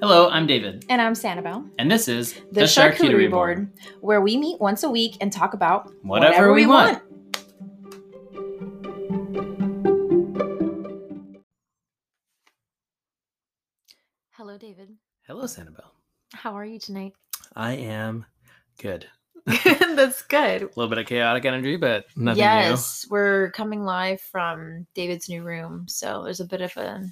Hello, I'm David, And I'm Sanibel, and this is the, charcuterie, board, where we meet once a week and talk about Whatever, we, want. Hello, David. Hello, Sanibel. How are you tonight? I am good. A That's good. little bit of chaotic energy, but nothing yes, we're coming live from David's new room, so there's a bit of a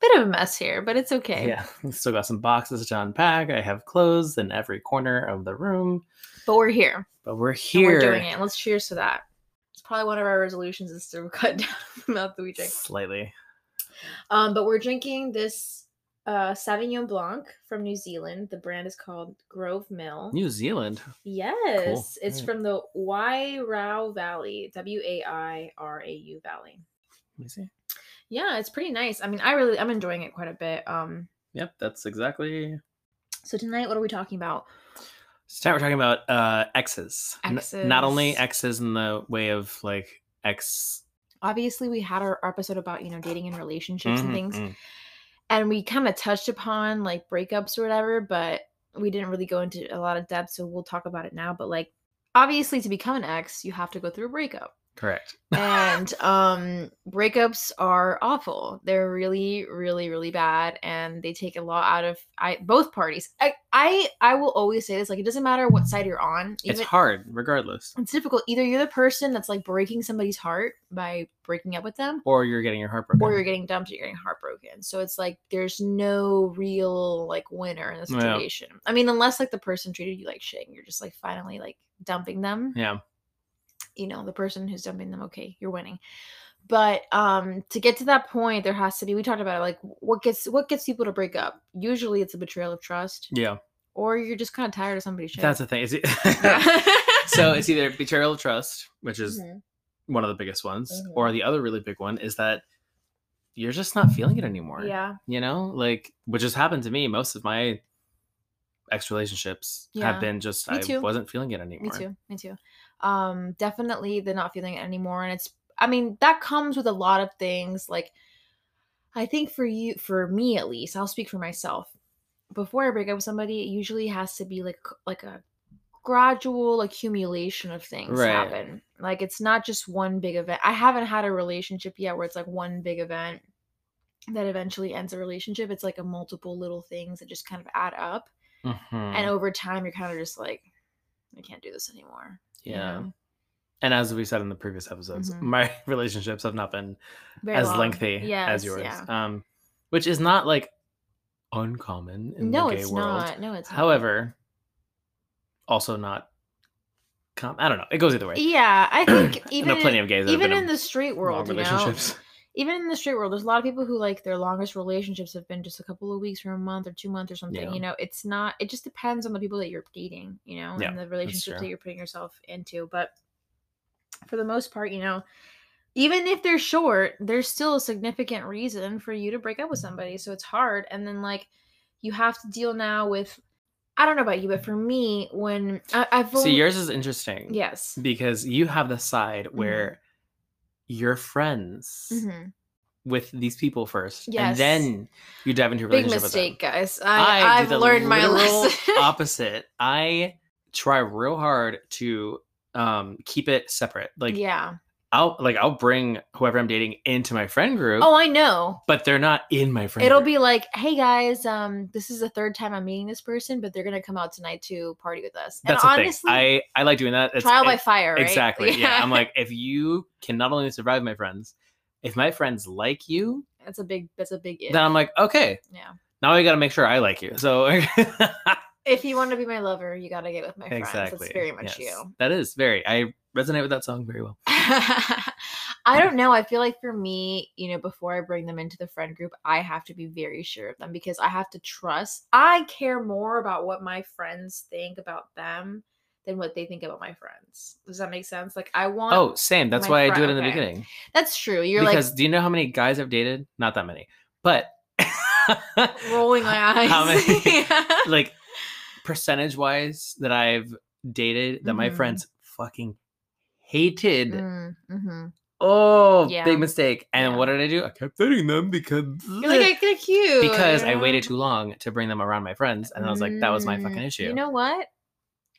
bit of a mess here, but it's new. okay. Yeah, still got some boxes to unpack. I have clothes in every corner of the room, But we're here. but we're and here. we're doing it. And let's cheers to that. It's probably one of our resolutions is to cut down the amount that we drink. Slightly. Um, but we're drinking this uh Sauvignon Blanc from New Zealand. The brand is called Grove Mill. New Zealand. Yes, it's Alright. from the Wairau Valley, W A I R A U Valley. Let me see. Yeah, it's pretty nice. I mean, I really I'm enjoying it quite a bit. Um, Yep, that's exactly. so tonight, what are we talking about? So tonight we're talking about uh, exes. N- not only Exes. exes in the way of like ex. Obviously, we had our our episode about you know dating and relationships Mhm, and things, mm. and we kind of touched upon like breakups or whatever, but we didn't really go into a lot of depth. So we'll talk about it now. But like, obviously, to become an ex, you have to go through a breakup. Correct. and um breakups are awful they're really really really bad and they take a lot out of i both parties i i, I will always say this like it doesn't matter what side you're on It's even- hard, regardless. it's difficult either you're the person that's like breaking somebody's heart by breaking up with them Or you're getting your heart broken. or you're getting dumped or you're getting heartbroken so it's like there's no real like winner in the Yeah. situation i mean unless like the person treated you like shit and you're just like finally like dumping them Yeah. you know the person who's dumping them okay you're winning but um to get to that point there has to be we talked about it like what gets what gets people to break up usually it's a betrayal of trust Yeah. or you're just kind of tired of somebody's shit That's the thing. Is it- so so it's either betrayal of trust, which is Mm-hmm. one of the biggest ones, or the other really big one is that you're just not feeling it anymore. yeah You know, like which has happened to me. Most of my ex relationships Yeah. have been just Me I too. wasn't feeling it anymore. me too me too um definitely the not feeling it anymore and it's i mean that comes with a lot of things like i think for you for me at least i'll speak for myself before i break up with somebody it usually has to be like c- like a gradual accumulation of things Right. happen like it's not just one big event i haven't had a relationship yet where it's like one big event that eventually ends a relationship it's like a multiple little things that just kind of add up Mhm. and over time you're kind of just like i can't do this anymore you yeah. know? And as we said in the previous episodes, Mhm. my relationships have not been Very as long. lengthy as Yes, yours. yeah. Um, which is not like uncommon in no, the gay it's world. not. No, it's not. However, also not. Com- I don't know. It goes either way. yeah, E-, I think even I know plenty in, of gays. that have even been in the street long world, you know, relationships. even in the street world, there's a lot of people who like their longest relationships have been just a couple of weeks or a month or two months or something. Yeah. You know, it's not. It just depends on the people that you're dating, you know, Yeah, and the relationships true. that you're putting yourself into. But for the most part, you know, even if they're short, there's still a significant reason for you to break up with somebody. So it's hard, and then like you have to deal now with. I don't know about you, but for me, when I, I've See, only- yours is interesting. yes, Because you have the side Mm-hmm. where you're friends hmm with these people first, and Yes. then you dive into a big relationship mistake, with them. guys. I, I, do I've the learned my literal lesson. opposite. I try real hard to um keep it separate. Like yeah. I'll like I'll bring whoever I'm dating into my friend group, Oh, I know. but they're not in my friend. It'll group. be like, hey guys, um, this is the third time I'm meeting this person, but they're gonna come out tonight to party with us. That's and the honestly, thing. I I like doing that. It's- trial by it- fire, right? Exactly. Yeah. I'm like, if you can not only survive my friends, if my friends like you, that's a big, that's a big if. then I'm like, okay, yeah. now I got to make sure I like you. So If you want to be my lover, you gotta get with my friends. exactly. That's very much Yes. That is very. I resonate with that song very well. you. I don't know. I feel like for me, you know, before I bring them into the friend group, I have to be very sure of them because I have to trust. I care more about what my friends think about them than what they think about my friends. Does that make sense? Like I want Oh, same. That's my why I fri- do it in the okay. beginning. That's true. You're because like do you know how many guys I've dated? Not that many, but rolling my eyes. How many? Yeah. like percentage wise that I've dated that my Mhm. friends fucking hated. Mm, mhm. oh, Yeah. big mistake. And Yeah. what did I do? I kept eating them because You're like, "I- they're cute. because I you know? waited too long to bring them around my friends, and I was like, that was my fucking Mm, issue. You know what?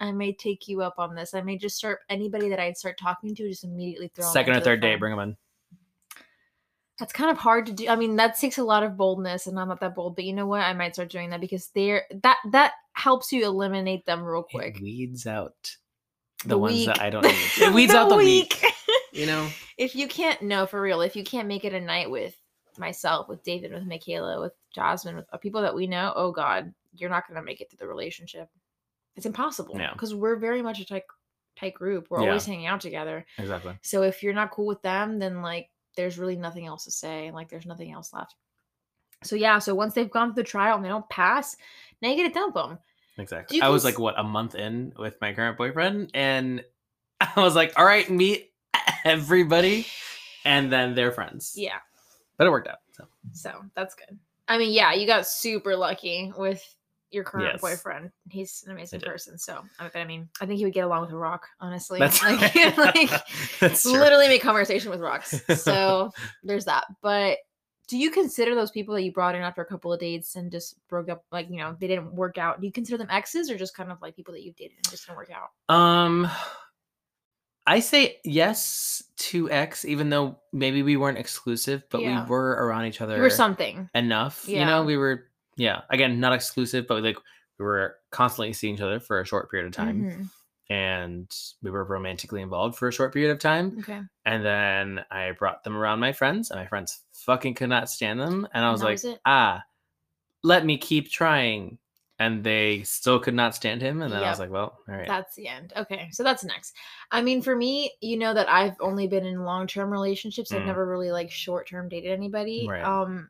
I may take you up on this. I may just start anybody that I'd start talking to, just immediately throw 'em Second or into the third day, phone. bring them in. That's kind of hard to do. I mean, that takes a lot of boldness, and I'm not that bold. But you know what? I might start doing that because they're that that helps you eliminate them real quick. It weeds out the, The ones that weak. I don't need. It weeds out the weak. You know, if you can't no for real if you can't make it a night with myself with david with michaela with jasmine with uh, people that we know oh god you're not going to make it through the relationship it's impossible No. because we're very much a tight tight group we're Yeah. always hanging out together exactly. so if you're not cool with them then like there's really nothing else to say like there's nothing else left so yeah so once they've gone through the trial and they don't pass now you get to dump them Exactly. you I was cons- like, what, a month in with my current boyfriend? And I was like, all right, meet everybody and then their friends. yeah But it worked out. So. So that's good. I mean, yeah, you got super lucky with your current Yes. boyfriend. He's an amazing did. person. So I but I mean, I think he would get along with a rock, honestly. That's like, like That's true. literally make conversation with rocks. So there's that. But do you consider those people that you brought in after a couple of dates and just broke up, like you know they didn't work out? Do you consider them exes or just kind of like people that you've dated and just didn't work out? Um, I say yes to X, even though maybe we weren't exclusive, but Yeah. we were around each other You were something. enough. You Yeah. know, we were, yeah, again, not exclusive, but like we were constantly seeing each other for a short period of time. Mhm. And we were romantically involved for a short period of time. Okay. And then I brought them around my friends, and my friends fucking could not stand them. And I And was that like, was it? ah, let me keep trying. And they still could not stand him. And then I was like, well, all right. That's the end. Okay. So that's next. I mean, for me, you know that I've only been in long term relationships. I've Mm. never really like short term dated anybody. Right. Um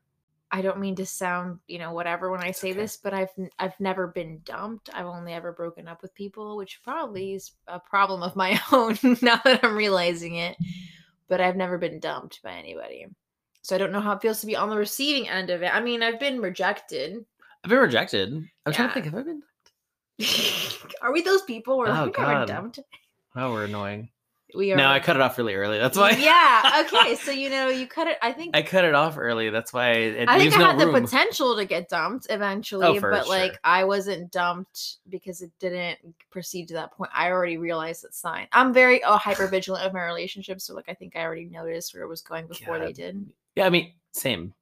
I don't mean to sound, you know, whatever when I say okay. this, but I've n- I've never been dumped. I've only ever broken up with people, which probably is a problem of my own now that I'm realizing it. But I've never been dumped by anybody. So I don't know how it feels to be on the receiving end of it. I mean, I've been rejected. I've been rejected. I'm trying Yeah. to think. Have I been? Are we those people? We're Oh, like, we never God. dumped. Oh, we're annoying. We are No, I like- cut it off really early. That's why. yeah. Okay. So you know, you cut it. I think. I I, cut it off early. That's why it leaves think I no had room. Oh, the potential to get dumped eventually, for but like sure. I wasn't dumped because it didn't proceed to that point. I already realized that sign. I'm very oh, hyper vigilant of my relationships, so like I think I already noticed where it was going before they God. did. yeah, I mean, same.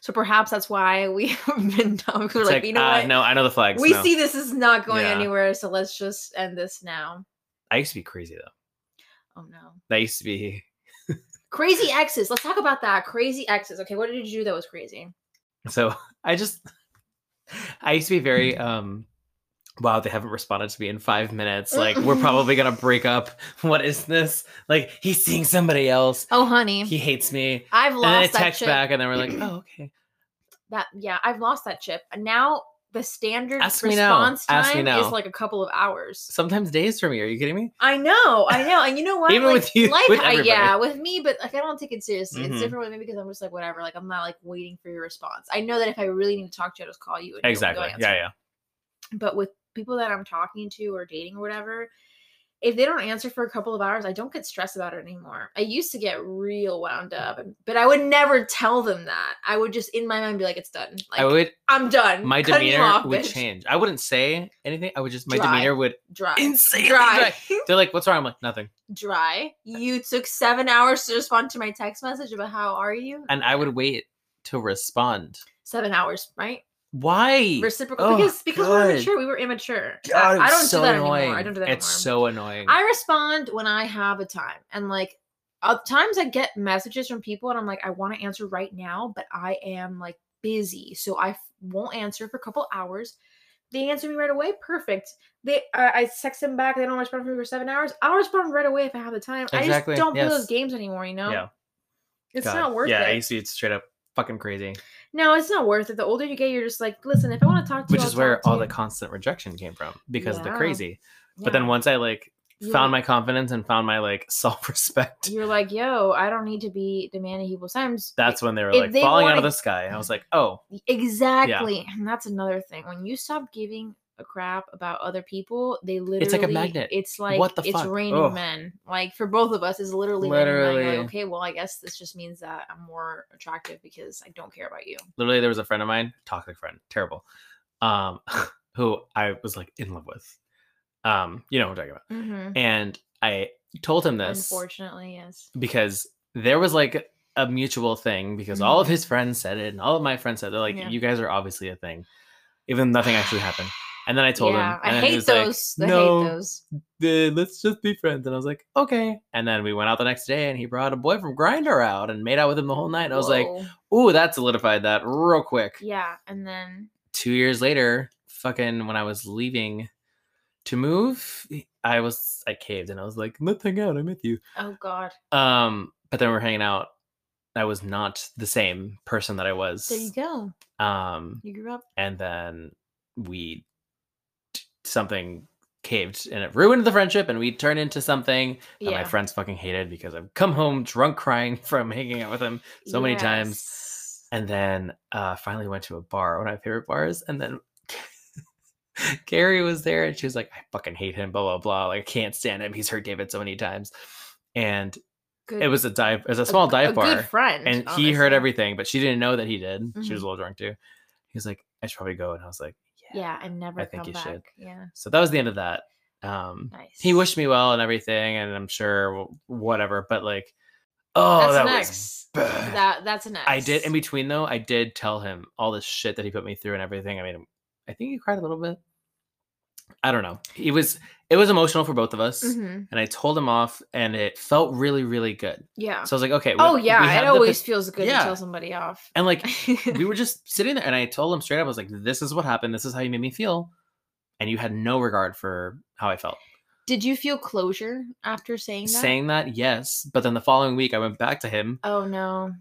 So perhaps that's why we have been dumped. We're It's like, you know ah, what? No, I know the flags. we no. see this is not going Yeah. anywhere, so let's just end this now. I used to be crazy though. Oh no. That used to be. Crazy exes. Let's talk about that. Crazy exes. Okay, what did you do that was crazy? So I just, I used to be very. um Wow, they haven't responded to me in five minutes. Like, we're probably gonna break up. What is this? Like, he's seeing somebody else. Oh honey. He hates me. I've And then I lost that text chip. back, and then we're like, "Oh, okay." That yeah, I've lost that chip. And Now the standard Ask me now. response Ask me time now. is like a couple of hours. Sometimes days for me. Are you kidding me? I know, I know, and you know what? Even Like, with you- life, with I- yeah, everybody. with me, but like I don't take it seriously. Mhm. It's different with me because I'm just like whatever. Like I'm not like waiting for your response. I know that if I really need to talk to you, I just call you. And you'll- you'll Exactly. answer. Yeah, yeah. But with people that I'm talking to or dating or whatever, if they don't answer for a couple of hours, I don't get stressed about it anymore. I used to get real wound up, and- but I would never tell them that. I would just in my mind be like, it's done. Like, I would. I'm done. My Cutting you demeanor off, would bitch. change. I wouldn't say anything. I would just my Dry. demeanor would Dry. insanely Dry. dry. They're like, "What's wrong?" I'm like, "Nothing." Dry. You took seven hours to respond to my text message about how are you? And I would wait to respond. Seven hours, right? Why? Reciprocal. Oh, because because we were God. immature. We were immature. God, it I, I was don't so do that annoying. anymore. I don't do that It's anymore. so annoying. I respond when I have a time. And like at times I get messages from people and I'm like, I want to answer right now, but I am like busy. So I f- won't answer for a couple hours. They answer me right away. Perfect. They, I I text them back. They don't respond for me for seven hours. I'll respond right away if I have the time. I Exactly, just don't play those yes. games anymore. You know, Yeah. it's God. not worth yeah, I it. used to be straight up fucking crazy, No, it's not worth it. The older you get, you're just like, listen, if I want to talk to which you, is I'll where talk to all you." the constant rejection came from because of the Yeah. crazy. But Yeah. then once I like You found were- my confidence and found my like self respect, you're like, yo, I don't need to be demanding people's times. that's when they were if like they falling out wanna- of the sky. I was like, "Oh, Exactly. And that's another thing. When you stop giving a crap about other people, they literally like a magnet. It's like What the it's fuck? raining Ugh. men. Like for both of us, it's literally, literally. Raining men. You're Literally. like, okay, well, I guess this just means that I'm more attractive because I don't care about you. Literally, there was a friend of mine, toxic friend, terrible, um, who I was like in love with. Um, you know what I'm talking about. Mm-hmm. And I told him this Unfortunately, yes. because there was like a mutual thing because all of Mhm. his friends said it and all of my friends said it. they're like, Yeah. you guys are obviously a thing, even though nothing actually happened. And then I told yeah, him, and I then he hate was like, those. I "No." hate those. "Uh, let's just be friends. And I was like, okay. And then we went out the next day and he brought a boy from Grinder out and made out with him the whole night. And I was like, Whoa. ooh, that solidified that real quick. yeah, and then Two years later, fucking when I was leaving to move, I was I caved and I was like, let's hang out, I'm with you. oh god, Um, but then we we're hanging out. I was not the same person that I was. there you go. Um, You grew up. and then we something caved and it ruined the friendship and we turned into something that Yeah, my friends fucking hated because I've come home drunk crying from hanging out with him so many times. Yes. and then uh finally went to a bar one of my favorite bars and then carrie was there and she was like i fucking hate him blah blah blah like i can't stand him he's hurt david so many times and Good- it was a dive it was a small dive Mm. a bar good friend, and he heard honestly. everything but she didn't know that he did she Mm-hmm. was a little drunk too he was like i should probably go and i was like yeah, Yeah, and never I think come you back. should. Yeah, so that was the end of that um nice. he wished me well and everything and i'm sure w- whatever but like oh that's that an was ex. bad. That that's an ex. I did in between though. I did tell him all this shit that he put me through and everything. I made him. I think he cried a little bit. I don't know. It was it was emotional for both of us, Mhm. and I told him off, and it felt really really good. Yeah. So I was like, okay. we- oh we yeah, have it the pot- always feels good Yeah. to tell somebody off. and like we were just sitting there, and I told him straight up, I was like, this is what happened. This is how you made me feel, and you had no regard for how I felt. did you feel closure after saying that? Saying that, yes, but then the following week, I went back to him. oh no.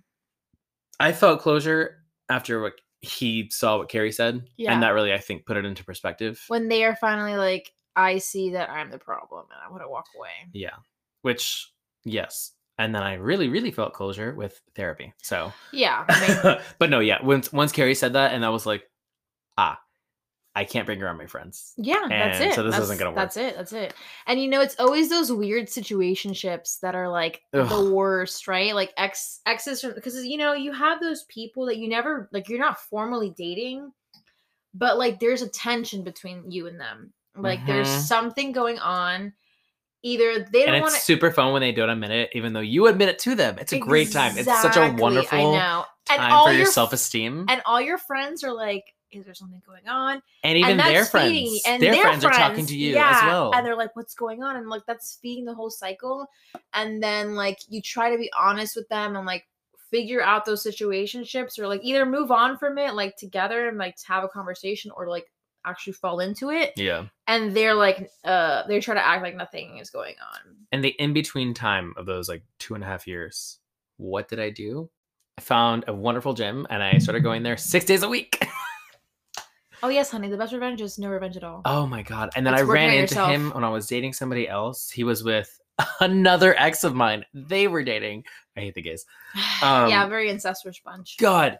I felt closure after what he saw what Carrie said. Yeah. And that really, I think, put it into perspective. When they are finally like, I see that I'm the problem, and I want to walk away. Yeah. Which, yes. And then I really, really felt closure with therapy. So, Yeah. I mean, but no, yeah. Once, once Carrie said that, and I was like, ah, I can't bring around my friends. Yeah, that's And it. so this that's, isn't gonna work. That's it. That's it. And you know, it's always those weird situationships that are like Ugh. the worst, right? Like ex exes from because you know you have those people that you never like. You're not formally dating, but like there's a tension between you and them. Like there's Mhm. something going on. Either they And don't it's want to. super fun when they don't admit it, even though you admit it to them. It's a great time. It's such a wonderful I know. And time all for your f- self esteem. And, And all your friends are like, "Is there something going on?" even their that's friends, feeding- their, friends, are talking to you as well. And they're like, what's going on? And like, that's feeding the whole cycle. And then like, you try to be honest with them and like figure out those situationships or like either move on from it, like together and like to have a conversation or like actually fall into it. yeah. And they're like, uh, they try to act like nothing is going on. and the in between time of those like two and a half years, what did I do? I found a wonderful gym and I started going there six days a week. Oh yes, honey, the best revenge is no revenge at all. Oh my God. And then It's I working ran on into yourself. him when I was dating somebody else. He was with another ex of mine. They were dating. I hate the gays. yeah, um, very incestuous bunch. God.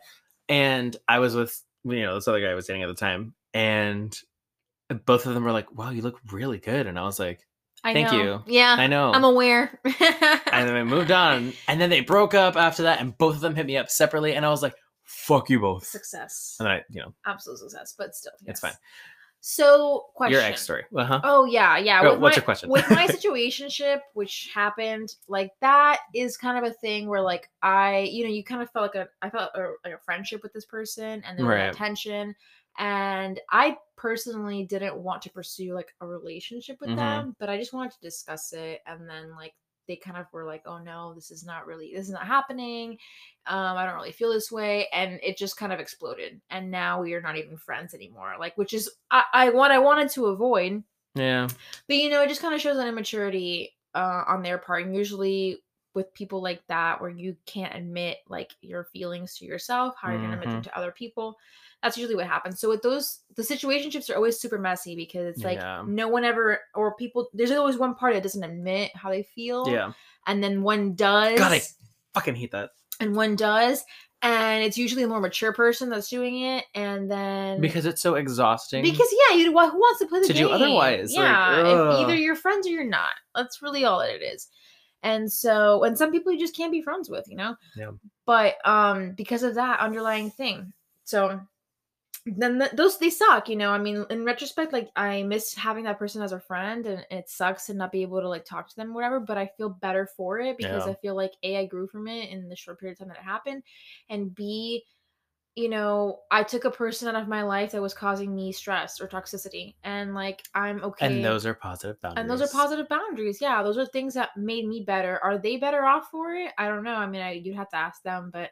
And I was with, you know, this other guy I was dating at the time. And both of them were like, wow, you look really good. And I was like, I thank know. you. Yeah, I know. Uh, I'm aware. and then we moved on. And then they broke up after that, and both of them hit me up separately, and I was like, "Fuck you both." Success. And I, you know, absolute success, but still, It's fine. yes. So, question. your ex story. Uh huh. Oh yeah, yeah. Go, with what's my- your question? with my situationship, which happened, like that is kind of a thing where like I, you know, you kind of felt like a, I felt a, like a friendship with this person, and there was Right. that tension, and I personally didn't want to pursue like a relationship with Mhm. them, but I just wanted to discuss it, and then like they kind of were like, oh no, this is not really, this is not happening. Um, I don't really feel this way. And it just kind of exploded. And now we are not even friends anymore. Like, which is I, I what I wanted to avoid. Yeah. But you know, it just kind of shows an immaturity uh, on their part. And usually with people like that, where you can't admit like your feelings to yourself, how you're gonna admit Mm-hmm. them to other people. That's usually what happens. So with those, the situationships are always super messy because it's like Yeah. no one ever or people. There's always one party that doesn't admit how they feel, Yeah. and then one does God, I fucking hate that. and one does and it's usually a more mature person that's doing it, and then because it's so exhausting. because yeah, you wha- who wants to play the To game do otherwise, like, Yeah, if ugh. either you're friends or you're not. That's really all that it is. And so, and some people you just can't be friends with, you know. Yeah. But um, because of that underlying thing, so then th- those they suck, you know. I mean, in retrospect, like I miss having that person as a friend, and it sucks to not be able to like talk to them, whatever. But I feel better for it because Yeah. I feel like a I grew from it in the short period of time that it happened, and b you know, I took a person out of my life that was causing me stress or toxicity, and like I'm okay. and those are positive boundaries. and those are positive boundaries. Yeah, those are things that made me better. Are they better off for it? I don't know. I mean, I, you'd have to ask them, but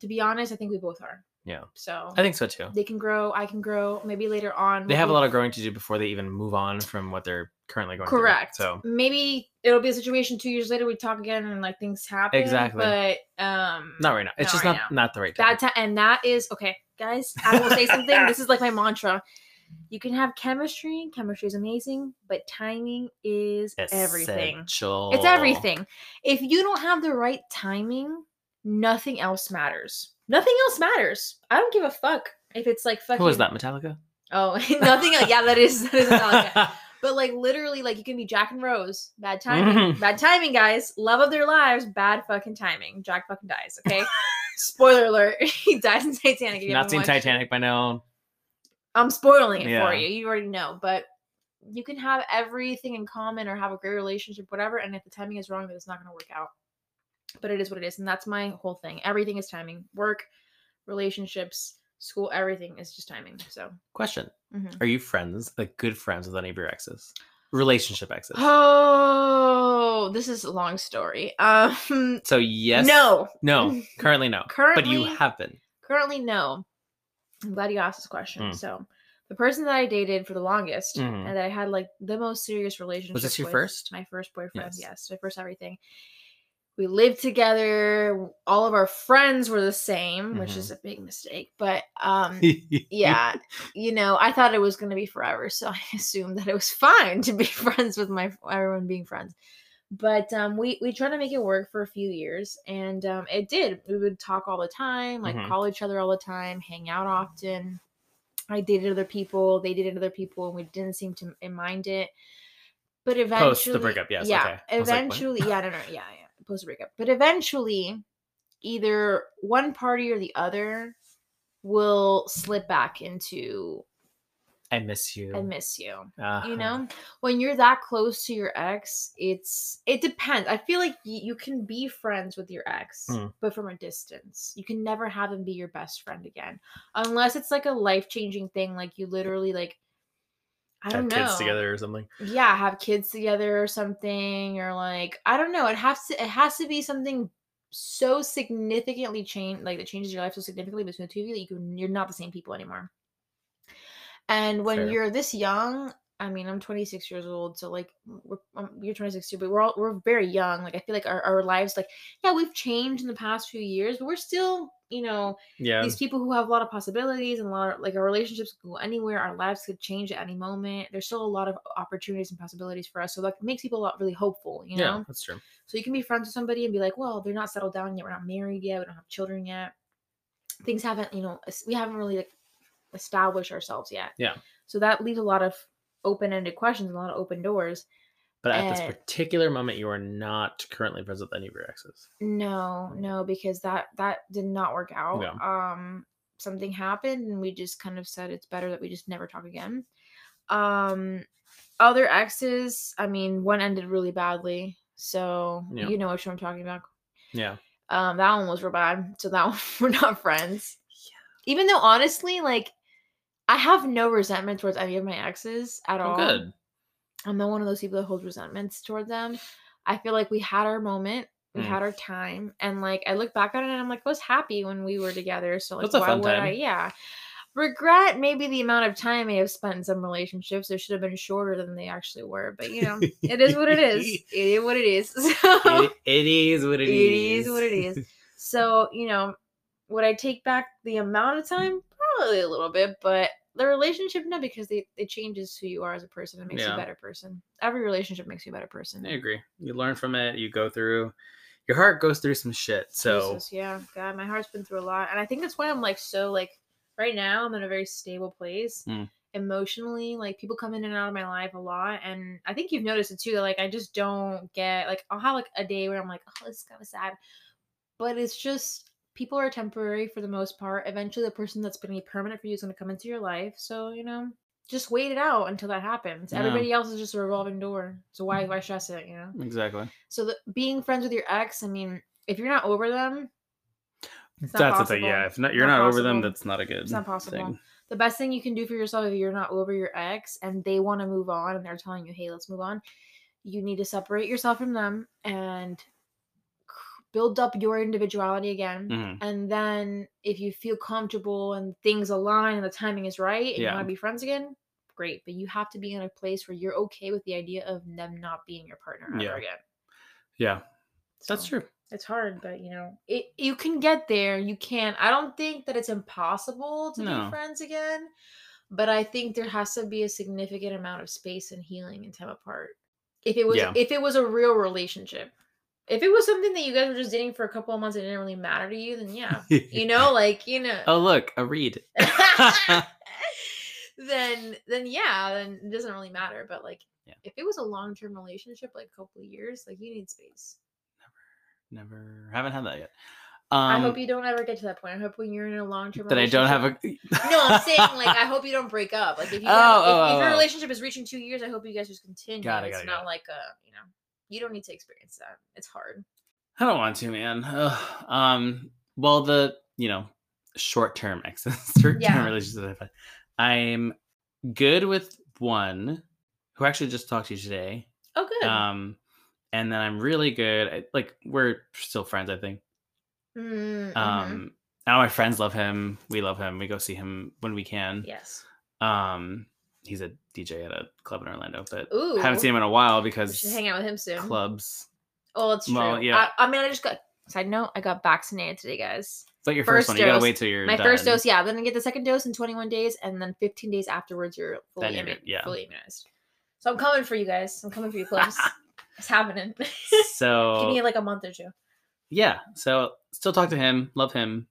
to be honest, I think we both are. Yeah. So I think so too. they can grow. I can grow. Maybe later on They have a we'll- lot of growing to do before they even move on from what they're currently going. through, correct. So maybe it'll be a situation two years later we talk again and like things happen. Exactly. But um, not right now. It's Not just right not not the right time. That time, and that is okay, guys. I will say something. This is like my mantra. You can have chemistry. Chemistry is amazing, but timing is everything. Essential. It's everything. If you don't have the right timing, nothing else matters. Nothing else matters. I don't give a fuck if it's like fucking. Who was that? Metallica. Oh, nothing. Else. Yeah, that is that is Metallica. But like literally, like you can be Jack and Rose. Bad timing. Mhm. bad timing, guys. Love of their lives. Bad fucking timing. Jack fucking dies. Okay. Spoiler alert. He dies in Titanic. if you not haven't seen watched it. Titanic by now. I'm spoiling it Yeah. for you. You already know, but you can have everything in common or have a great relationship, whatever. And if the timing is wrong, then it's not going to work out. But it is what it is, and that's my whole thing. Everything is timing. Work, relationships, school, everything is just timing. So. Question: mhm. Are you friends, like good friends, with any of your exes? Relationship exes. Oh, this is a long story. Um, So yes. no, No. Currently no. but you Currently- have been. currently no. I'm glad you asked this question. Mm. So, the person that I dated for the longest Mhm. and that I had like the most serious relationship your with, first? My first boyfriend, Yes. yes. my first everything. We lived together. All of our friends were the same, which Mhm. is a big mistake. But um, yeah, you know, I thought it was going to be forever, so I assumed that it was fine to be friends with my everyone being friends. But um, we we tried to make it work for a few years, and um, it did. We would talk all the time, like Mhm. call each other all the time, hang out often. I dated other people, they dated other people, and we didn't seem to m- mind it. But eventually, Post the breakup, yes, yeah, okay. I was like, what? eventually, yeah, no, no, yeah, yeah, post the breakup. But eventually, either one party or the other will slip back into I miss you. I miss you. Uh-huh. You know, when you're that close to your ex, it's it depends. I feel like y- you can be friends with your ex, Mm. but from a distance. You can never have them be your best friend again, unless it's like a life changing thing. Like you literally like, I Have don't know, kids together or something. yeah, have kids together or something, or like I don't know. It has to it has to be something so significantly change like that changes your life so significantly between the two of you that you can, you're not the same people anymore. And when Fair. you're this young, I mean, I'm 26 years old, so like we're, um, you're 26 too, but we're all we're very young. Like I feel like our, our lives, like yeah, we've changed in the past few years, but we're still you know Yeah. these people who have a lot of possibilities and a lot of like our relationships could go anywhere our lives could change at any moment there's still a lot of opportunities and possibilities for us so like it makes people a lot really hopeful you know yeah, that's true. so you can be friends with somebody and be like well they're not settled down yet we're not married yet we don't have children yet things haven't you know es- we haven't really like established ourselves yet Yeah. so that leaves a lot of open-ended questions a lot of open doors But at this Uh, particular moment, you are not currently friends with any of your exes. no no because that that did not work out Yeah. um something happened and we just kind of said it's better that we just never talk again um other exes i mean one ended really badly so Yeah. you know which one i'm talking about Yeah. um that one was real bad so that one we're not friends even though honestly like i have no resentment towards any of my exes at Oh, all good. I'm not one of those people that hold resentments toward them. I feel like we had our moment, we Mm. had our time, and like I look back on it and I'm like, I was happy when we were together. So like, That's a why fun would I? time. Yeah. Regret maybe the amount of time I have spent in some relationships. They should have been shorter than they actually were, but you know, it is what it is. It is what it is. So, It, it is what it It is. is what it is. so you know, would I take back the amount of time? Probably a little bit, but the relationship no, because they it changes who you are as a person. It makes you Yeah. a better person. Every relationship makes you a better person. I agree. You learn from it. You go through. your heart goes through some shit. So Jesus, yeah, God, my heart's been through a lot, and I think that's why I'm like so like right now I'm in a very stable place Mm. emotionally. Like people come in and out of my life a lot, and I think you've noticed it too. That like I just don't get like I'll have like a day where I'm like, oh, this is kind of sad, but it's just people are temporary for the most part. Eventually, the person that's going to be permanent for you is going to come into your life. So you know. Just wait it out until that happens. Yeah. Everybody else is just a revolving door. So why why stress it, you know? exactly. So the, being friends with your ex, I mean, if you're not over them, it's not that's the thing. possible. Yeah, if not, you're Not not, over them. possible. That's not a good. It's not possible. Thing. the best thing you can do for yourself if you're not over your ex and they want to move on and they're telling you, "Hey, let's move on." You need to separate yourself from them and c- build up your individuality again. Mhm. And then if you feel comfortable and things align and the timing is right and Yeah. you want to be friends again, great. But you have to be in a place where you're okay with the idea of them not being your partner ever Yeah. again. Yeah, that's So. true. it's hard, but you know, it you can get there. You can. I don't think that it's impossible to No. be friends again, but I think there has to be a significant amount of space and healing and time apart. If it was Yeah. if it was a real relationship. If it was something that you guys were just dating for a couple of months and it didn't really matter to you, then yeah. You know, like, you know, oh look, a read. then then yeah, then it doesn't really matter, but like Yeah. if it was a long-term relationship like a couple of years, like you need space. Never haven't had that yet. I Um, hope you don't ever get to that point. I hope when you're in a long term that I don't have a. No, I'm saying like I hope you don't break up. Like if you have- Oh, if, oh, if your oh, oh. relationship is reaching two years, I hope you guys just continue. Got it, it's got it, not got it. like a you know you don't need to experience that. It's hard. I don't want to, man. Ugh. Um, well, the you know, short term exes, short term Yeah. relationships. I've had. I'm good with one who actually just talked to you today. Oh, good. Um, and then I'm really good. At, like we're still friends, I think. Mm, mhm. Um, now my friends love him. We love him. We go see him when we can. yes. Um, he's a DJ at a club in Orlando, but Ooh. haven't seen him in a while We should because hang out with him soon. clubs. Oh, it's true. Well, yeah. I, I mean, I just got. Side note: I got vaccinated today, guys. It's like your first, First one. You gotta dose. wait till you're My first done. dose, yeah. Then I get the second dose in 21 days, and then 15 days afterwards, you're fully, Then you're immu- good, yeah. fully immunized. So I'm coming for you guys. I'm coming for you, clubs. it's happening. So Give me like a month or two. yeah so still talk to him love him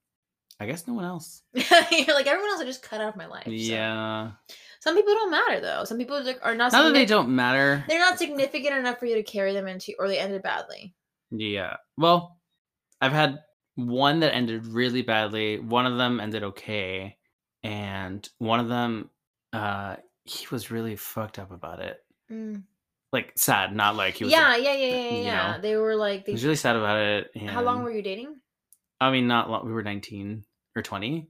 i guess no one else You're like everyone else. I just cut out of my life. so. yeah Some people don't matter though. Some people like, are not. not that they signifi- don't matter They're not significant enough for you to carry them into, or they ended badly. yeah well i've had one that ended really badly one of them ended okay and one of them uh he was really fucked up about it like sad not like he was Mm. Yeah, yeah, yeah, yeah, you yeah. yeah. know, They were like, he they, was really sad about it and, how long were you dating? i mean not long we were 19 or 20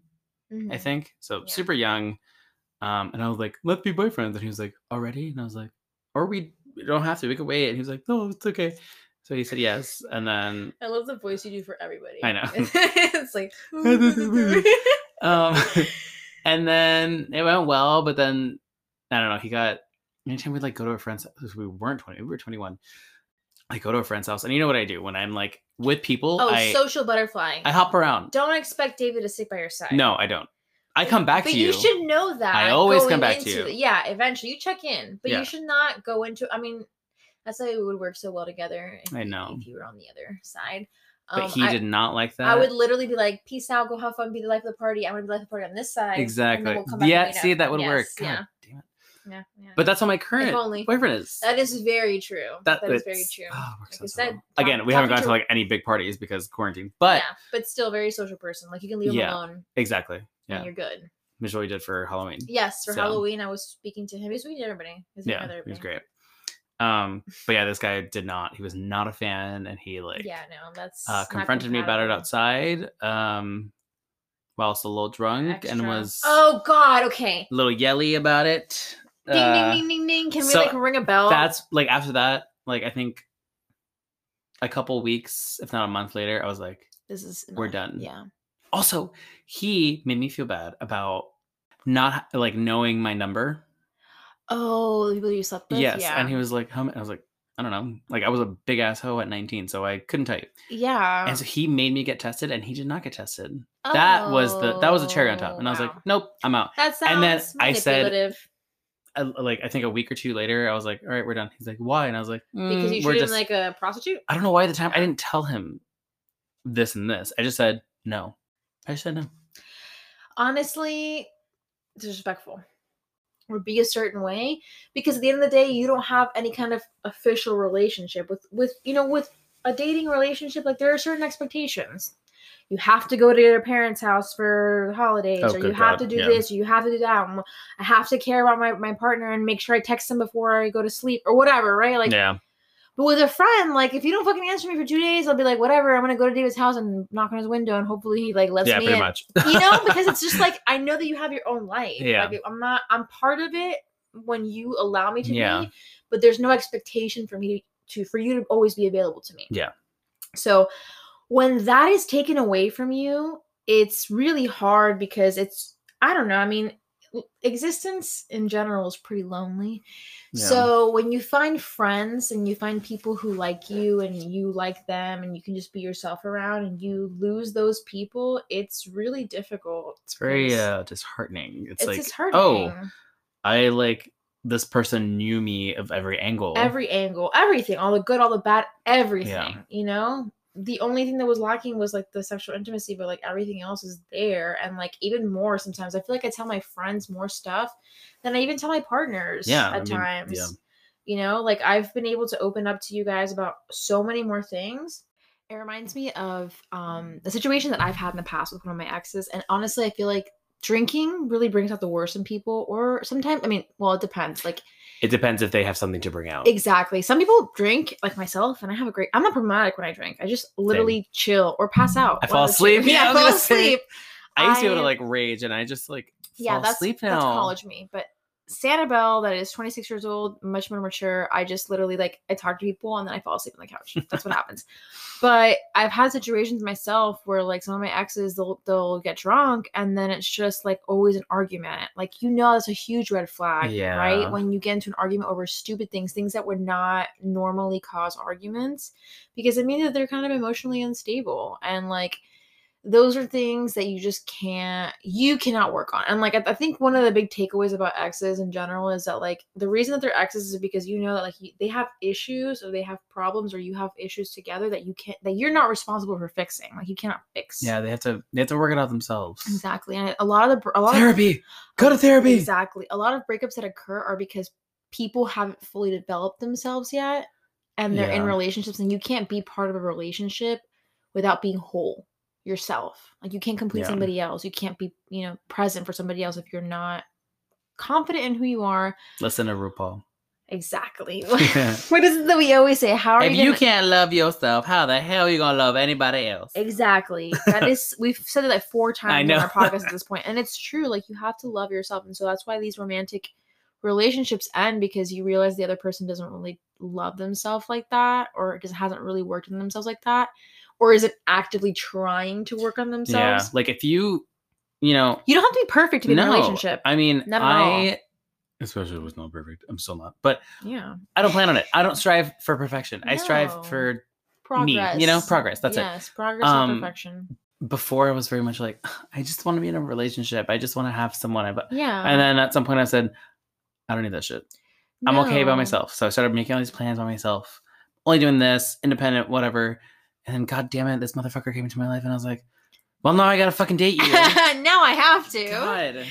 I Mhm. think. So Yeah. super young. Um, and I was like, let's be boyfriends. And he was like, already? And I was like, or we we don't have to, we could wait. And he was like, no, it's okay. So he said yes. And then I love the voice you do for everybody. I know. it's like, um and then it went well, but then I don't know, he got anytime we'd like go to a friend's house, we weren't 20, we were 21. I go to a friend's house, and you know what I do when I'm like with people, oh, I social butterfly. I hop around. Don't expect David to sit by your side. No, I don't. I come back But to you. you. should know that. I always going come back to into you. the- yeah, eventually you check in, but Yeah. you should not go into. I mean, that's why we would work so well together. If, I you- know. if you were on the other side. but Um, he I, did not like that. I would literally be like, "Peace out, go have fun, be the life of the party." I want to be the life of the party on this side. and then Exactly. we'll come back and yeah, meet up." see, that would work. Yes, God Yeah, damn it. yeah, yeah. But that's how my current only. boyfriend is. that is very true. that is very it's- true. oh, it works Like out so I said, well. talk- Again, we haven't talking gone to to- like any big parties because quarantine. But yeah, but still very social person. Like you can leave him Yeah, alone exactly. Yeah. and you're good. Mitch is what we did for Halloween. Yes, for So- Halloween, I was speaking to him. He's speaking to everybody. He's speaking Yeah. to It was everybody. great. Um, but yeah, this guy did not. He was not a fan and he like yeah, no, that's uh not confronted me about it compatible. outside. Um whilst a little drunk and Extra. was Oh God, okay. a little yelly about it. Ding Uh, ding ding ding ding. Can so we like ring a bell? that's like after that, like I think a couple weeks, if not a month later, I was like, this is we're enough. done. Yeah. also, he made me feel bad about not like knowing my number. Oh, the people you slept with. yes. Yeah. And he was like, how many? I was like, I don't know. Like I was a big ass hoe at 19, so I couldn't tell you. yeah. And so he made me get tested and he did not get tested. That was the that was a cherry on top. Oh, And I was like, wow. Nope, I'm out. that sounds and then I said- manipulative. I, like I think a week or two later, I was like, "All right, we're done." He's like, "Why?" And I was like, because "Mm, you we're treat him just- like a prostitute. I don't know why at the time I didn't tell him this and this. I just said no. I just said no. Honestly, disrespectful. Or be a certain way because at the end of the day, you don't have any kind of official relationship with with you know with a dating relationship. Like there are certain expectations. You have to go to your parents' house for the holidays, Oh, or you good have to God, do yeah. this, or you have to do that. and I have to care about my, my partner and make sure I text them before I go to sleep or whatever, right? Like yeah. But with a friend, like if you don't fucking answer me for two days, I'll be like, whatever. I'm gonna go to David's house and knock on his window, and hopefully he like lets Yeah, me pretty in. much. You know, because it's just like I know that you have your own life. Yeah. Like, I'm not. I'm part of it when you allow me to Yeah. be, but there's no expectation for me to for you to always be available to me. Yeah. So when that is taken away from you, it's really hard because it's I don't know. I mean, existence in general is pretty lonely. Yeah. So when you find friends and you find people who like you and you like them and you can just be yourself around and you lose those people, it's really difficult. it's very It's- uh, disheartening. It's, It's, like, disheartening. oh, I like this person knew me of every angle. Every angle, everything, all the good, all the bad, everything. Yeah. You know? The only thing that was lacking was like the sexual intimacy, but like everything else is there and like even more sometimes. I feel like I tell my friends more stuff than I even tell my partners Yeah, at I mean, yeah. times. you know like i've been able to open up to you guys about so many more things it reminds me of um the situation that i've had in the past with one of my exes and honestly i feel like drinking really brings out the worst in people or sometimes i mean well it depends like It depends if they have something to bring out. exactly some people drink like myself and i have a great i'm not problematic when i drink i just literally chill or pass out I one fall of the two. asleep. Yeah, I yeah, I was fall gonna say. asleep I used to be able to I- like rage, and I just like yeah, fall that's asleep now. that's college me. But Sanibel, that is 26 years old, much more mature. I just literally like I talk to people and then I fall asleep on the couch. That's what happens. But I've had situations myself where like some of my exes they'll they'll get drunk and then it's just like always an argument. Like you know that's a huge red flag, Yeah. right? When you get into an argument over stupid things, things that would not normally cause arguments, because it means that they're kind of emotionally unstable and like those are things that you just can't you cannot work on and like I, I think one of the big takeaways about exes in general is that like the reason that they're exes is because you know that like you, they have issues or they have problems or you have issues together that you can't that you're not responsible for fixing like you cannot fix Yeah, they have to. They have to work it out themselves. exactly and a lot of the br- a lot of Therapy. Go to therapy. exactly a lot of breakups that occur are because people haven't fully developed themselves yet and they're in Yeah. relationships and you can't be part of a relationship without being whole yourself like you can't complete Yeah. somebody else you can't be you know present for somebody else if you're not confident in who you are Listen to RuPaul. exactly what is it that we always say how are if you, you gonna- can't love yourself, how the hell are you gonna love anybody else? Exactly. That is, we've said it like four times know. on our podcast at this point, and it's true. Like you have to love yourself, and so that's why these romantic relationships end because you realize the other person doesn't really love themselves like that, or just hasn't really worked on themselves like that, or isn't actively trying to work on themselves. Yeah, like if you, you know, You don't have to be perfect to be in No, a relationship. I mean, Not at I especially was not perfect. I'm still not, but yeah, I don't plan on it. I don't strive for perfection. I No. strive for progress. you know, progress, that's it. yes, progress, not Um, perfection. before I was very much like I just want to be in a relationship. I just want to have someone. I but Yeah, and then at some point I said I don't need that shit. I'm okay by No. myself. So I started making all these plans by myself, only doing this, independent, whatever. And then, god damn it, this motherfucker came into my life, and I was like, well, now I gotta fucking date you. now I have to. God,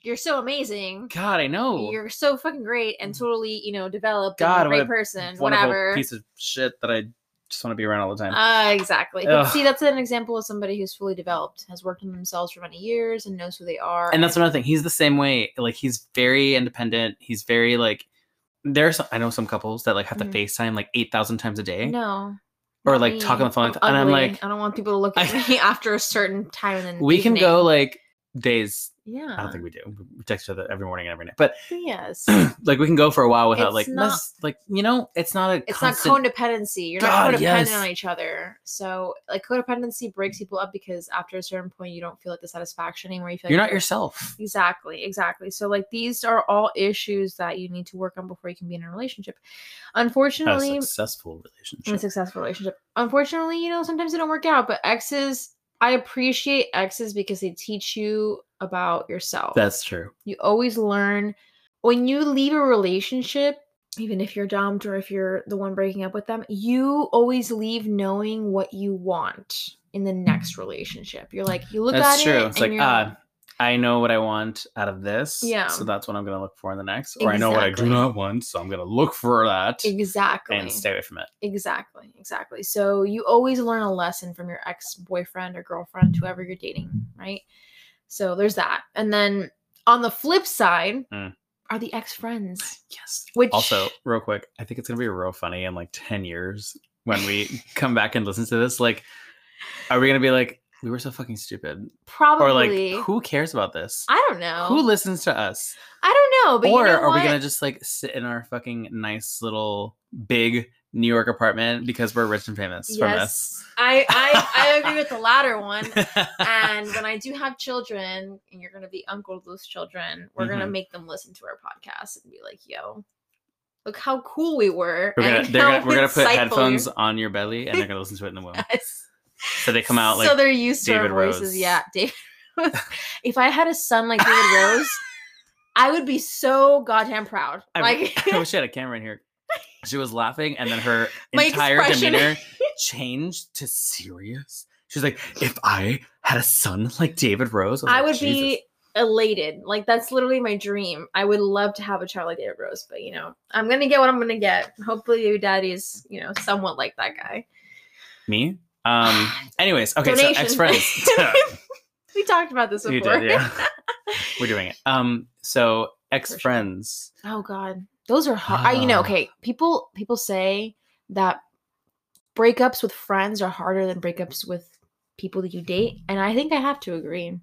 You're so amazing. God, I know. you're so fucking great and totally, you know, developed. Oh. Mm. God, God, what great a person, Wonderful whatever. piece of shit that I just want to be around all the time. Uh, exactly. But Ugh. see, that's an example of somebody who's fully developed, has worked on themselves for many years, and knows who they are. and that's another thing. He's the same way. Like he's very independent. He's very like. There's I know some couples that like have to Mhm. FaceTime like eight thousand times a day, no, or not like me. talk on the phone, I'm and I'm ugly. like, I don't want people to look at I- me after a certain time. And then we can go like days. Yeah. I don't think we do. We text each other every morning and every night, but yes. like we can go for a while without It's like not- mess, like you know, it's not a It's constant. not codependency. You're God, not codependent yes. on each other. So, like, codependency breaks people up because after a certain point, you don't feel like the satisfaction anymore. You feel like you're not yourself. Exactly, exactly. So like these are all issues that you need to work on before you can be in a relationship. A Unfortunately, successful in a relationship. successful relationship. Unfortunately, you know, sometimes they don't work out, but exes, I appreciate exes because they teach you about yourself. That's true. you always learn when you leave a relationship, even if you're dumped or if you're the one breaking up with them, you always leave knowing what you want in the next relationship. You're like, you look Mm-hmm. that's at true. it. it's and like, you're ah, I know what I want out of this. Yeah. So that's what I'm gonna look for in the next. Or I know what I do Exactly. not want, so I'm gonna look for that exactly. and stay away from it. Exactly, exactly. So you always learn a lesson from your ex boyfriend or girlfriend, whoever you're dating, right? So there's that. And then on the flip side Mm. are the ex friends, Yes. which Also, real quick, I think it's gonna be real funny in like 10 years when we come back and listen to this. Like, are we gonna be like, we were so fucking stupid? Or like, probably who cares about this? I don't know. Who listens to us? I don't know, but or you know are what? we gonna just like sit in our fucking nice little big New York apartment because we're rich and famous yes, I, I I agree with the latter one. from this? And when I do have children, and you're gonna be uncle to those children, we're gonna Mhm. make them listen to our podcast and be like, "Yo, look how cool we were." We're gonna, and they're how gonna, we're gonna put insightful your headphones on your belly and they're gonna listen to it in the womb. Yes. So they come out like, so they're used David to our voices. Rose. Yeah, David. Rose. if I had a son like David Rose, I would be so goddamn proud. I, like I wish I had Oh, a camera in here. She was laughing and then her My entire expression. demeanor changed to serious. She was like, if I had a son like David Rose, was I like, would "Jesus." be elated. Like that's literally my dream. I would love to have a child like David Rose, but you know, I'm gonna get what I'm gonna get. Hopefully, your daddy's you know somewhat like that guy. me. Um. Anyways, okay. So Donation. ex friends. We talked about this before. you did, yeah. We're doing it. Um. So ex friends. Oh God, those are hard. I, you know, Ah. okay. People people say that breakups with friends are harder than breakups with people that you date, and I think I have to agree.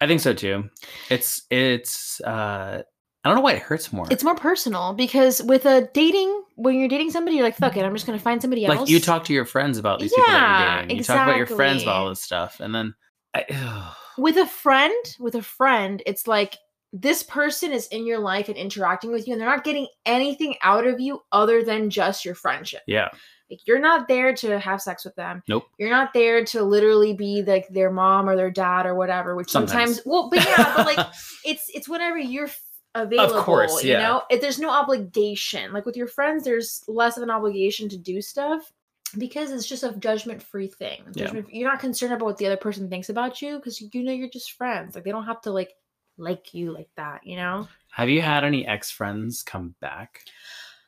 I think so too. It's it's. uh I don't know why it hurts more. It's more personal because with a dating, when you're dating somebody, you're like, "Fuck it, I'm just gonna find somebody else." like you talk to your friends about these people that Yeah, you're dating. You talk about your friends about all exactly. this stuff, and then I, ugh. with a friend. With a friend, it's like this person is in your life and interacting with you, and they're not getting anything out of you other than just your friendship. yeah, Like you're not there to have sex with them. Nope. You're not there to literally be like their mom or their dad or whatever. Which sometimes, Sometimes. well, but yeah, but like it's it's whenever you're f- available. course, You yeah. know, If there's no obligation. Like with your friends, there's less of an obligation to do stuff because it's just a judgment-free thing. Yeah. Judgment, You're not concerned about what the other person thinks about you because you know you're just friends. Like they don't have to like like you like that. You know. Have you had any ex friends come back?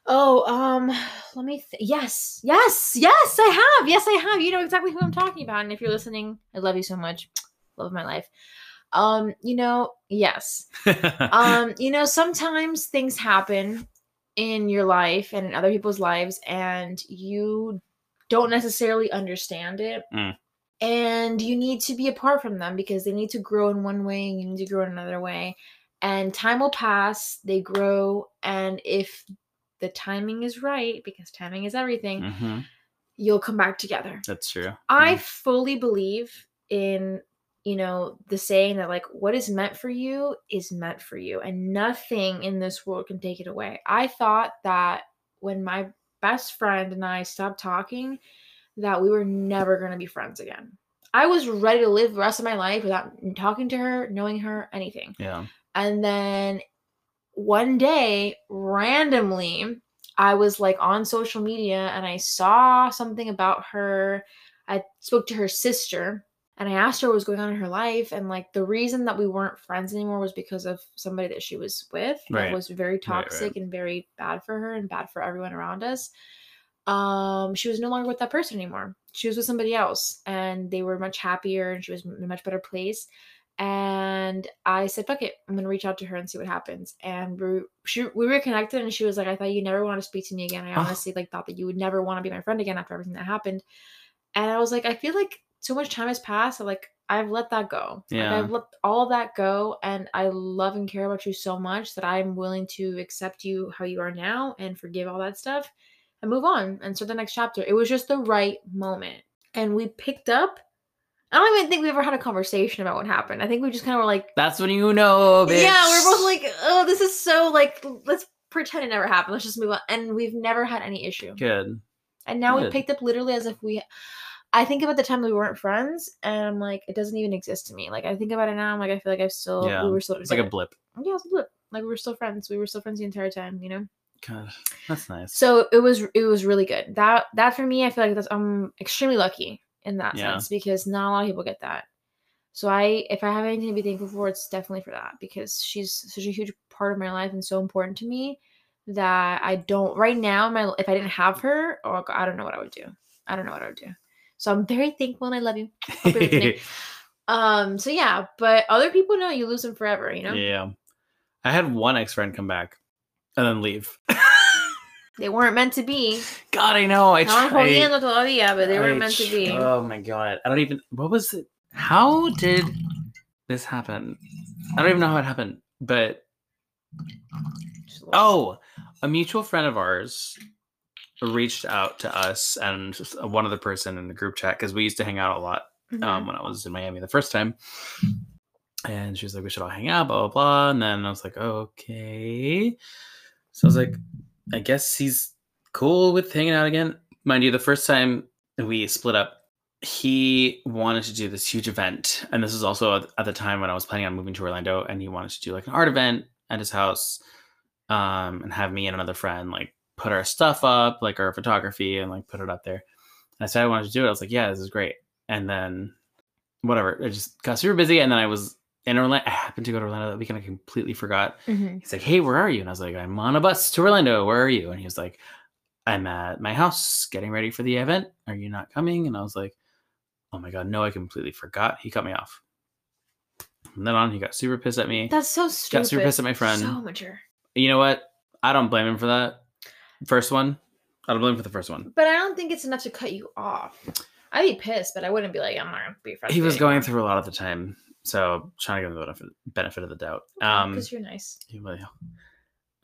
Oh, um, let me. Th- yes, yes, yes, I have. Yes, I have. You know exactly who I'm talking about. And if you're listening, I love you so much. Love my life. Um, you know, yes. Um, you know, sometimes things happen in your life and in other people's lives, and you don't necessarily understand it. Mm. And you need to be apart from them because they need to grow in one way and you need to grow in another way. And time will pass, they grow. And if the timing is right, because timing is everything, hmm you'll come back together. That's true. I Mhm. fully believe in you know the saying that like what is meant for you is meant for you and nothing in this world can take it away. I thought that when my best friend and I stopped talking that we were never going to be friends again. I was ready to live the rest of my life without talking to her, knowing her, anything. yeah. And then one day, randomly, I was like on social media and I saw something about her. I spoke to her sister and I asked her what was going on in her life. And like the reason that we weren't friends anymore was because of somebody that she was with Right. that was very right. toxic and very bad for her and bad for everyone around us. Um, she was no longer with that person anymore. She was with somebody else and they were much happier and she was in a much better place and I said, "Fuck it, I'm gonna reach out to her and see what happens." And we she, we reconnected, and she was like, "I thought you never want to speak to me again. I Oh. honestly like thought that you would never want to be my friend again after everything that happened." And I was like, "I feel like so much time has passed. that, like I've let that go. Yeah. Like, I've let all of that go, and I love and care about you so much that I'm willing to accept you how you are now and forgive all that stuff, and move on and start the next chapter. It was just the right moment, and we picked up." I don't even think we ever had a conversation about what happened. I think we just kind of were like, That's when you know, Oh, bitch. yeah, we're both like, oh, this is so like, l- let's pretend it never happened. Let's just move on. And we've never had any issue. good. And now we Good. picked up literally as if we. I think about the time that we weren't friends, and I'm like, it doesn't even exist to me. Like I think about it now, I'm like, I feel like I've still Yeah, we were still It's like a together. blip. yeah, it's a blip. Like we were still friends. We were still friends the entire time, you know? God, that's nice. So it was it was really good. That that for me, I feel like that's I'm extremely lucky in that Yeah. sense because not a lot of people get that. So I if I have anything to be thankful for, it's definitely for that because she's such a huge part of my life and so important to me that I don't right now in my if I didn't have her, oh God, I don't know what I would do. I don't know what I would do. So I'm very thankful and I love you. hope you're listening. Um so yeah, but other people know you lose them forever, you know? Yeah. I had one ex friend come back and then leave. They weren't meant to be. God, I know. I Estaban tried. jodiendo todavía, but they I weren't meant to tr- be. Oh my god. I don't even what was it? How did this happen? I don't even know how it happened, but Just- oh, a mutual friend of ours reached out to us and one other person in the group chat because we used to hang out a lot Mhm. um, when I was in Miami the first time. And she was like, we should all hang out, blah, blah, blah. And then I was like, okay. So I was like, I guess he's cool with hanging out again. Mind you, the first time we split up, he wanted to do this huge event. And this is also at- at the time when I was planning on moving to Orlando and he wanted to do like an art event at his house um, and have me and another friend like put our stuff up, like our photography and like put it up there. And I said I wanted to do it. I was like, yeah, this is great. And then whatever, I just got super busy. And then I was in Orlando. I happened to go to Orlando that weekend. I completely forgot. Mhm. He's like, hey, where are you? And I was like, I'm on a bus to Orlando. Where are you? And he was like, I'm at my house getting ready for the event. Are you not coming? And I was like, oh my God, no, I completely forgot. He cut me off. From then on, he got super pissed at me. That's so stupid. got super pissed at my friend. So mature. you know what? I don't blame him for that. First one, I don't blame him for the first one. But I don't think it's enough to cut you off. I'd be pissed, but I wouldn't be like, I'm not gonna be friends. He was going through a lot at the time, so trying to give him the benefit, benefit of the doubt. Um, because you're nice. he really-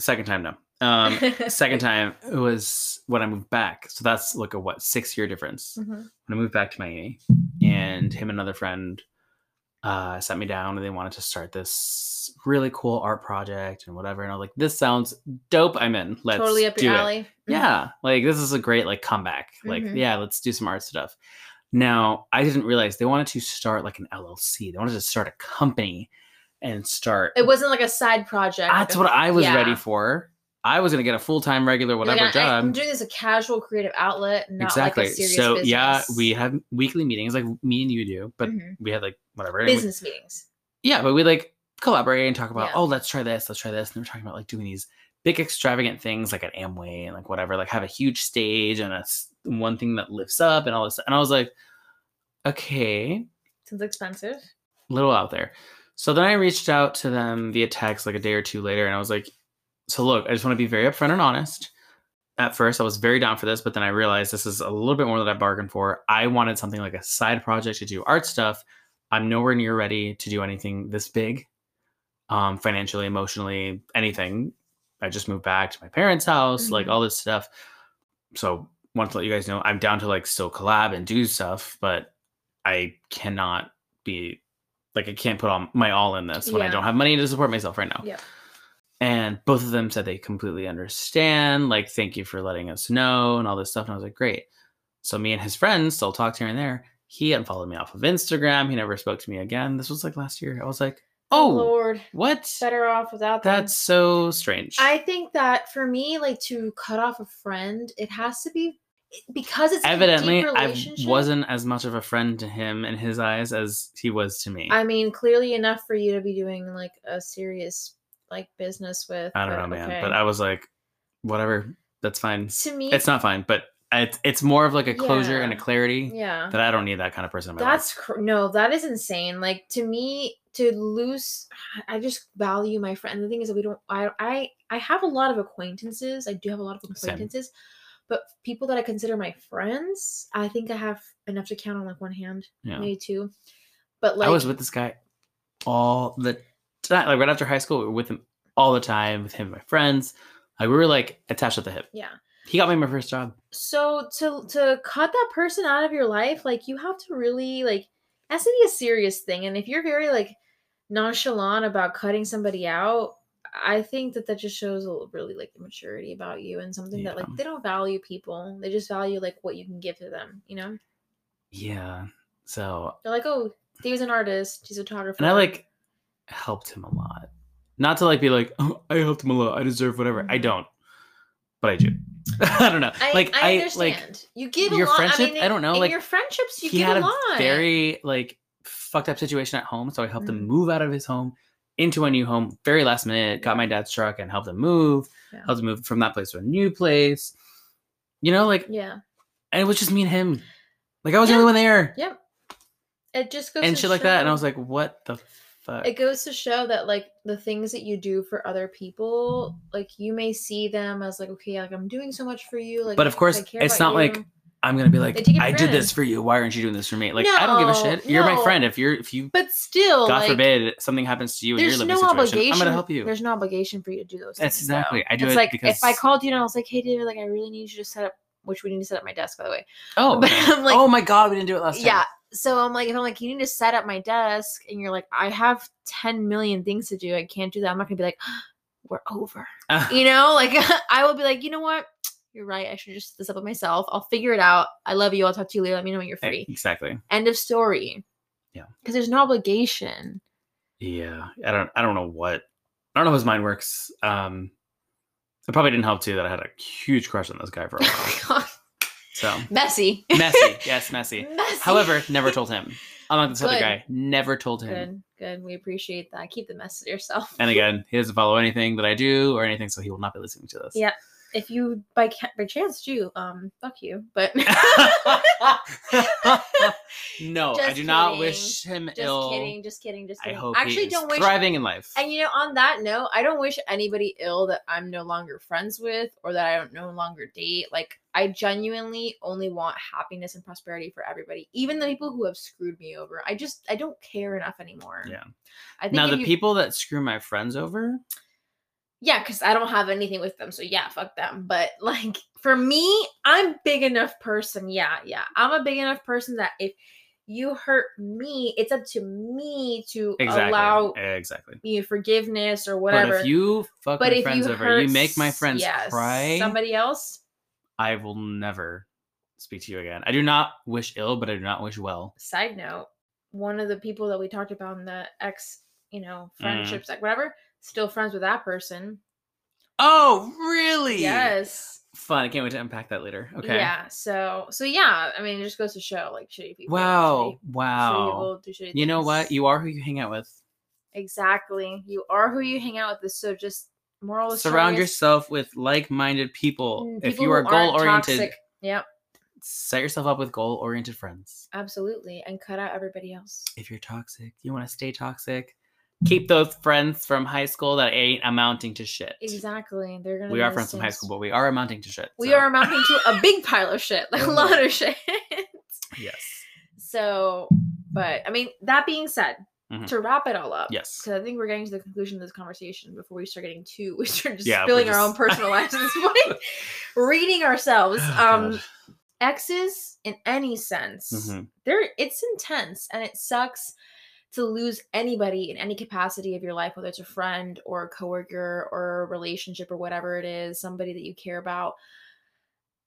second time, no. Um, Mm-hmm. second time it was when I moved back. So that's like a what six year difference. Mhm. When I moved back to Miami, and him and another friend uh, sat me down, and they wanted to start this really cool art project and whatever. And I was like, "This sounds dope. I'm in. Let's totally up do your it." alley. Mm-hmm. yeah like this is a great like comeback like Mhm. yeah let's do some art stuff now i didn't realize they wanted to start like an llc they wanted to start a company and start It wasn't like a side project. that's what i was ready yeah. for i was going to get a full-time regular whatever job I'm doing this as a casual creative outlet, not exactly like a serious so yeah business. we have weekly meetings like me and you do but Mhm. we had like whatever and we- business meetings. yeah, but we like collaborate and talk about, Yeah. oh, let's try this, let's try this. And they we're talking about like doing these big extravagant things like at Amway and like whatever, like have a huge stage and a s- one thing that lifts up and all this. And I was like, okay, Sounds expensive. little out there. So then I reached out to them via text like a day or two later and I was like, so look, I just want to be very upfront and honest. At first, I was very down for this, but then I realized this is a little bit more than I bargained for. I wanted something like a side project to do art stuff. I'm nowhere near ready to do anything this big, um, financially, emotionally, anything. I just moved back to my parents' house, like Mhm. all this stuff. So, want to let you guys know I'm down to like still collab and do stuff, but I cannot be like I can't put all my all in this when I Yeah. don't have money to support myself right now. Yeah. And both of them said they completely understand. Like, thank you for letting us know and all this stuff. And I was like, great. So me and his friends still talked here and there. He unfollowed me off of Instagram. He never spoke to me again. This was like last year. I was like, oh, Lord, what? better off without them. That's so strange. I think that for me, like to cut off a friend, it has to be because it's a deep Evidently, I relationship, wasn't as much of a friend to him in his eyes as he was to me. I mean, clearly enough for you to be doing like a serious like business with. I don't know, man. But I was like, whatever. That's fine. to me, It's not fine, but it's it's more of like a closure and a Yeah. clarity Yeah, that I don't need that kind of person in my life. that's cr- no, that is insane. Like to me, to lose, I just value my friend. The thing is that we don't. I I I have a lot of acquaintances. I do have a lot of Same. acquaintances, but people that I consider my friends, I think I have enough to count on like one hand, Yeah. maybe two. But like I was with this guy all the time. Like right after high school, we were with him all the time, with him and my friends. Like we were like attached at the hip. yeah. He got me my first job. so to to cut that person out of your life like you have to really like that's to be a serious thing and if you're very like nonchalant about cutting somebody out i think that that just shows a l- really like immaturity about you and something that Yeah. like they don't value people they just value like what you can give to them you know Yeah. So they're like oh he was an artist he's a photographer and I like helped him a lot. Not to like be like, oh, I helped him a lot. I deserve whatever. I don't, but I do. I don't know. Mm-hmm. I, like I, I, understand. like you give your a lot. friendship- I, mean, I don't know, In like, your friendships, you he give had a a lot. very like fucked up situation at home, so I helped Mm. him move out of his home into a new home very last minute. Got my dad's truck and helped him move. Yeah. Helped him move from that place to a new place. You know, like yeah. and it was just me and him. Like I was Yeah. the only one there Yep. It just goes and to shit like that. And I show- was like, what the fuck? it goes to show that like the things that you do for other people, like you may see them as like, okay, like I'm doing so much for you. Like, But of course, I care it's about not like you. I'm gonna be They like, take it for I did this granted. for you. Why aren't you doing this for me? Like I don't give a No, shit. You're my no. friend. If you're if you But still, God like, forbid something happens to you in your there's living no situation, obligation. I'm gonna help you. There's no obligation for you to do those. That's things, exactly. though. I do it's it like because if I called you and I was like, "Hey, David, like I really need you to set up," which we need to set up my desk, by the way. Oh, But okay. I'm like- oh my god, we didn't do it last time. Yeah. So I'm like, if I'm like, you need to set up my desk, and you're like, I have 10 million things to do. I can't do that. I'm not gonna be like, we're over. Uh, You know, like I will be like, you know what? You're right. I should just set this up with myself. I'll figure it out. I love you. I'll talk to you later. Let me know when you're free. exactly. End of story. Yeah. Because there's no obligation. Yeah. I don't I don't know what I don't know how his mind works. Um it probably didn't help too that I had a huge crush on this guy for a while. So Messy. messy. Yes, messy. Messy. However, never told him. Unlike this other Good. guy, never told him. Good, good. We appreciate that. Keep the mess to yourself. And again, he doesn't follow anything that I do or anything, so he will not be listening to this. Yeah. if you by ca- by chance do, um, fuck you. But no, I do Just not kidding. wish him Just ill. kidding, just kidding, just I kidding. hope Actually, he is don't wish. thriving in life. And you know, on that note, I don't wish anybody ill that I'm no longer friends with or that I don't no longer date. Like, I genuinely only want happiness and prosperity for everybody, even the people who have screwed me over. I just I don't care enough anymore. Yeah. I think now if the you- people that screw my friends over, yeah, because I don't have anything with them. So yeah, fuck them. But like for me, I'm big enough person. Yeah, yeah. I'm a big enough person that if you hurt me, it's up to me to exactly, allow exactly. you know, forgiveness or whatever. But if you fuck But my if friends you over, hurt you make my s- friends yes, cry. Somebody else, I will never speak to you again. I do not wish ill, but I do not wish well. side note, one of the people that we talked about in the ex, you know, Mm. friendships, like whatever, still friends with that person. Oh, really? Yes. Fun. I can't wait to unpack that later. Okay. Yeah. So, so yeah, I mean, it just goes to show like shitty people. Wow. shitty- shitty Wow. people do shitty You know what? things. You are who you hang out with. exactly. You are who you hang out with. So just moral. of the story Surround is, yourself with like-minded people. mm, if people you who are aren't goal-oriented, toxic. Yep. set yourself up with goal-oriented friends. Absolutely. And cut out everybody else. If you're toxic, you want to stay toxic. Keep those friends from high school that ain't amounting to shit. Exactly. They're gonna. We be are the friends from high same school, but we are amounting to shit. we so, are amounting to a big pile of shit, like a Mhm. lot of shit. Yes. so, but I mean, that being said, Mhm. to wrap it all up, Yes. because I think we're getting to the conclusion of this conversation before we start getting too, we start just Yeah, we're spilling our own just- personal lives at this point, reading ourselves. Oh, um, God. exes in any sense, Mhm. they're it's intense and it sucks to lose anybody in any capacity of your life, whether it's a friend or a coworker or a relationship or whatever it is, somebody that you care about.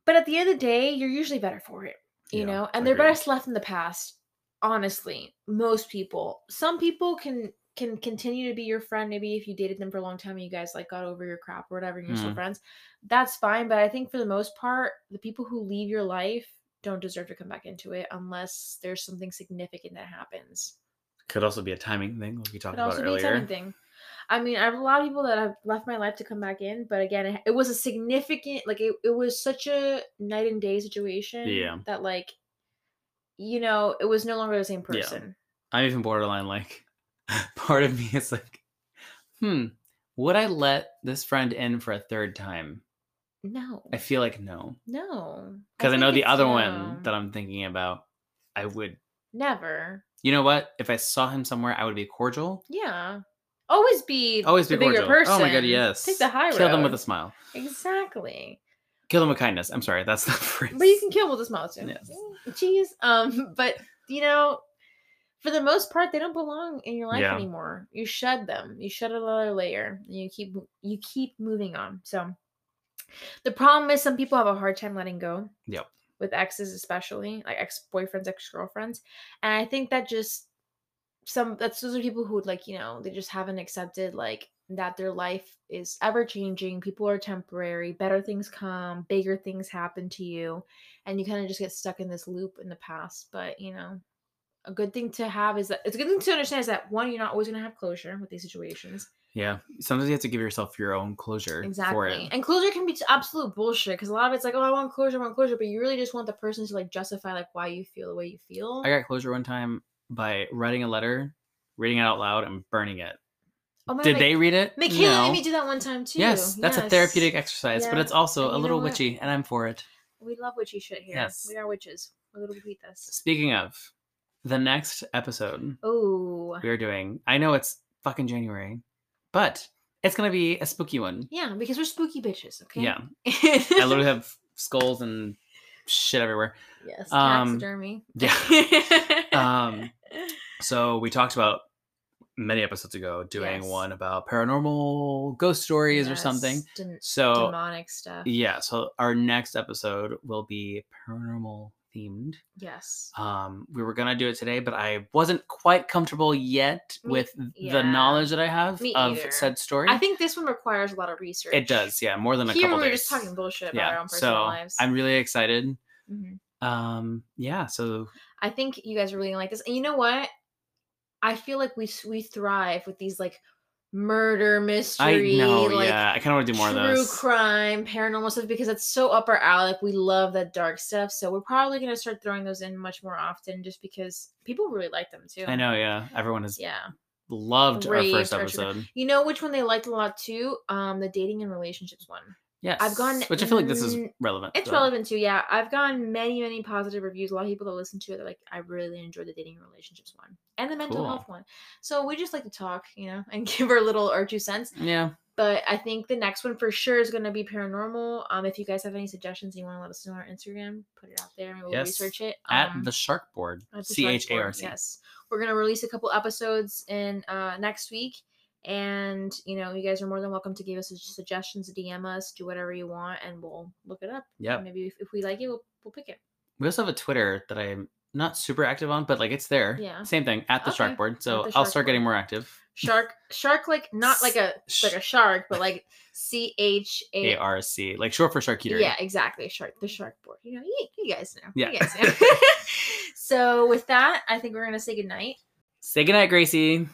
But at the end of the day, you're usually better for it, you Yeah, know, and they're agreed. best left in the past. Honestly, most people, some people can can continue to be your friend. Maybe if you dated them for a long time and you guys like got over your crap or whatever, and you're still Mhm. friends, that's fine. But I think for the most part, the people who leave your life don't deserve to come back into it unless there's something significant that happens. Could also be a timing thing, like we talked Could about also be a earlier. timing thing. I mean, I have a lot of people that have left my life to come back in, but again, it, it was a significant, like it, it was such a night and day situation. Yeah. That like, you know, it was no longer the same Yeah. person. I'm even borderline like part of me is like, hmm, would I let this friend in for a third time? No. I feel like no. no. Because I, know think the it's other no. one that I'm thinking about, I would never. you know what? If I saw him somewhere, I would be cordial. Yeah. Always be Always be the bigger cordial. person. Oh my god, yes. Take the high road. Kill them with a smile. Exactly. Kill them with kindness. I'm sorry, that's the phrase. But you can kill with a smile too. Yes. Jeez. Um, but you know, for the most part, they don't belong in your life Yeah. anymore. You shed them. You shed another layer, and you keep you keep moving on. So the problem is, some people have a hard time letting go. Yep. With exes, especially like ex boyfriends, ex girlfriends, and I think that just some that's those are people who would like you know they just haven't accepted like that their life is ever changing. People are temporary. Better things come. Bigger things happen to you. And you kind of just get stuck in this loop in the past. But, you know, a good thing to have is that it's a good thing to understand is that one, you're not always going to have closure with these situations. Yeah. Sometimes you have to give yourself your own closure for Exactly. it. And closure can be t- absolute bullshit because a lot of it's like, oh, I want closure, I want closure. But you really just want the person to like justify like why you feel the way you feel. I got closure one time by writing a letter, reading it out loud, and burning it. oh my Did God, they read it? Michaela no. made me do that one time too. Yes, that's a Yes. therapeutic exercise, but Yeah, it's also and a you little know what? witchy, and I'm for it. We love witchy shit here. Yes. We are witches. We're little this. Speaking of, the next episode Oh. we are doing, I know it's fucking January, but it's going to be a spooky one. Yeah, because we're spooky bitches, okay? Yeah. I I literally have skulls and shit everywhere. yes, um, taxidermy. yeah. Um, So we talked about many episodes ago doing Yes. one about paranormal ghost stories or something. Yes, dem- So demonic stuff. yeah, so our next episode will be paranormal themed. Yes. Um, we were gonna do it today, but I wasn't quite comfortable yet Me- with the yeah. knowledge that I have Me of either. said story. I think this one requires a lot of research. it does, yeah, more than a Here couple we were days. just talking bullshit about our yeah, own personal so lives. I'm really excited. Mhm. Um, yeah, so I think you guys are really gonna like this. And you know what? I feel like we s- we thrive with these like murder mystery, I know, like yeah, I kind of want to do more of true those. crime, paranormal stuff because it's so up our alley. Like, we love that dark stuff, so we're probably gonna start throwing those in much more often, just because people really like them too. I know, yeah, everyone has Yeah, loved Raved our first our true episode. you know which one they liked a lot too? Um, the dating and relationships one. Yes, gone which I feel like this is n- relevant. It's though. relevant too. Yeah, I've gotten many, many positive reviews. A lot of people that listen to it, they're like, "I really enjoyed the dating and relationships one and the mental Cool. health one." So we just like to talk, you know, and give our little our two cents. Yeah, but I think the next one for sure is going to be paranormal. Um, if you guys have any suggestions, you want to let us know on our Instagram, put it out there, and we'll Yes, research it. at Um, the shark board, at the C Shark H A R Board, C. Yes, we're going to release a couple episodes in uh, next week, and you know, you guys are more than welcome to give us sus- suggestions, DM us, do whatever you want, and we'll look it up. Yep. And Maybe if, if we like it, we'll we'll pick it. We also have a Twitter that I'm not super active on, but like it's there. Yeah. Same thing at the Okay, shark board. So the I'll Shark start getting more Board. active. Shark, shark, like not like a Sh- like a shark, but like C H A A R C, like short for charcuterie. Yeah, exactly. Shark, the shark board. You know, you, you guys know. Yeah. You guys know. so with that, I think we're gonna say goodnight. Say goodnight, Gracie.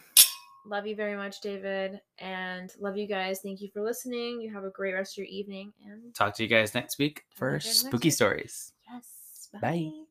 Love you very much, David, and love you guys. Thank you for listening. You have a great rest of your evening, and Talk to you guys next week you for guys next spooky week. stories. yes, Bye.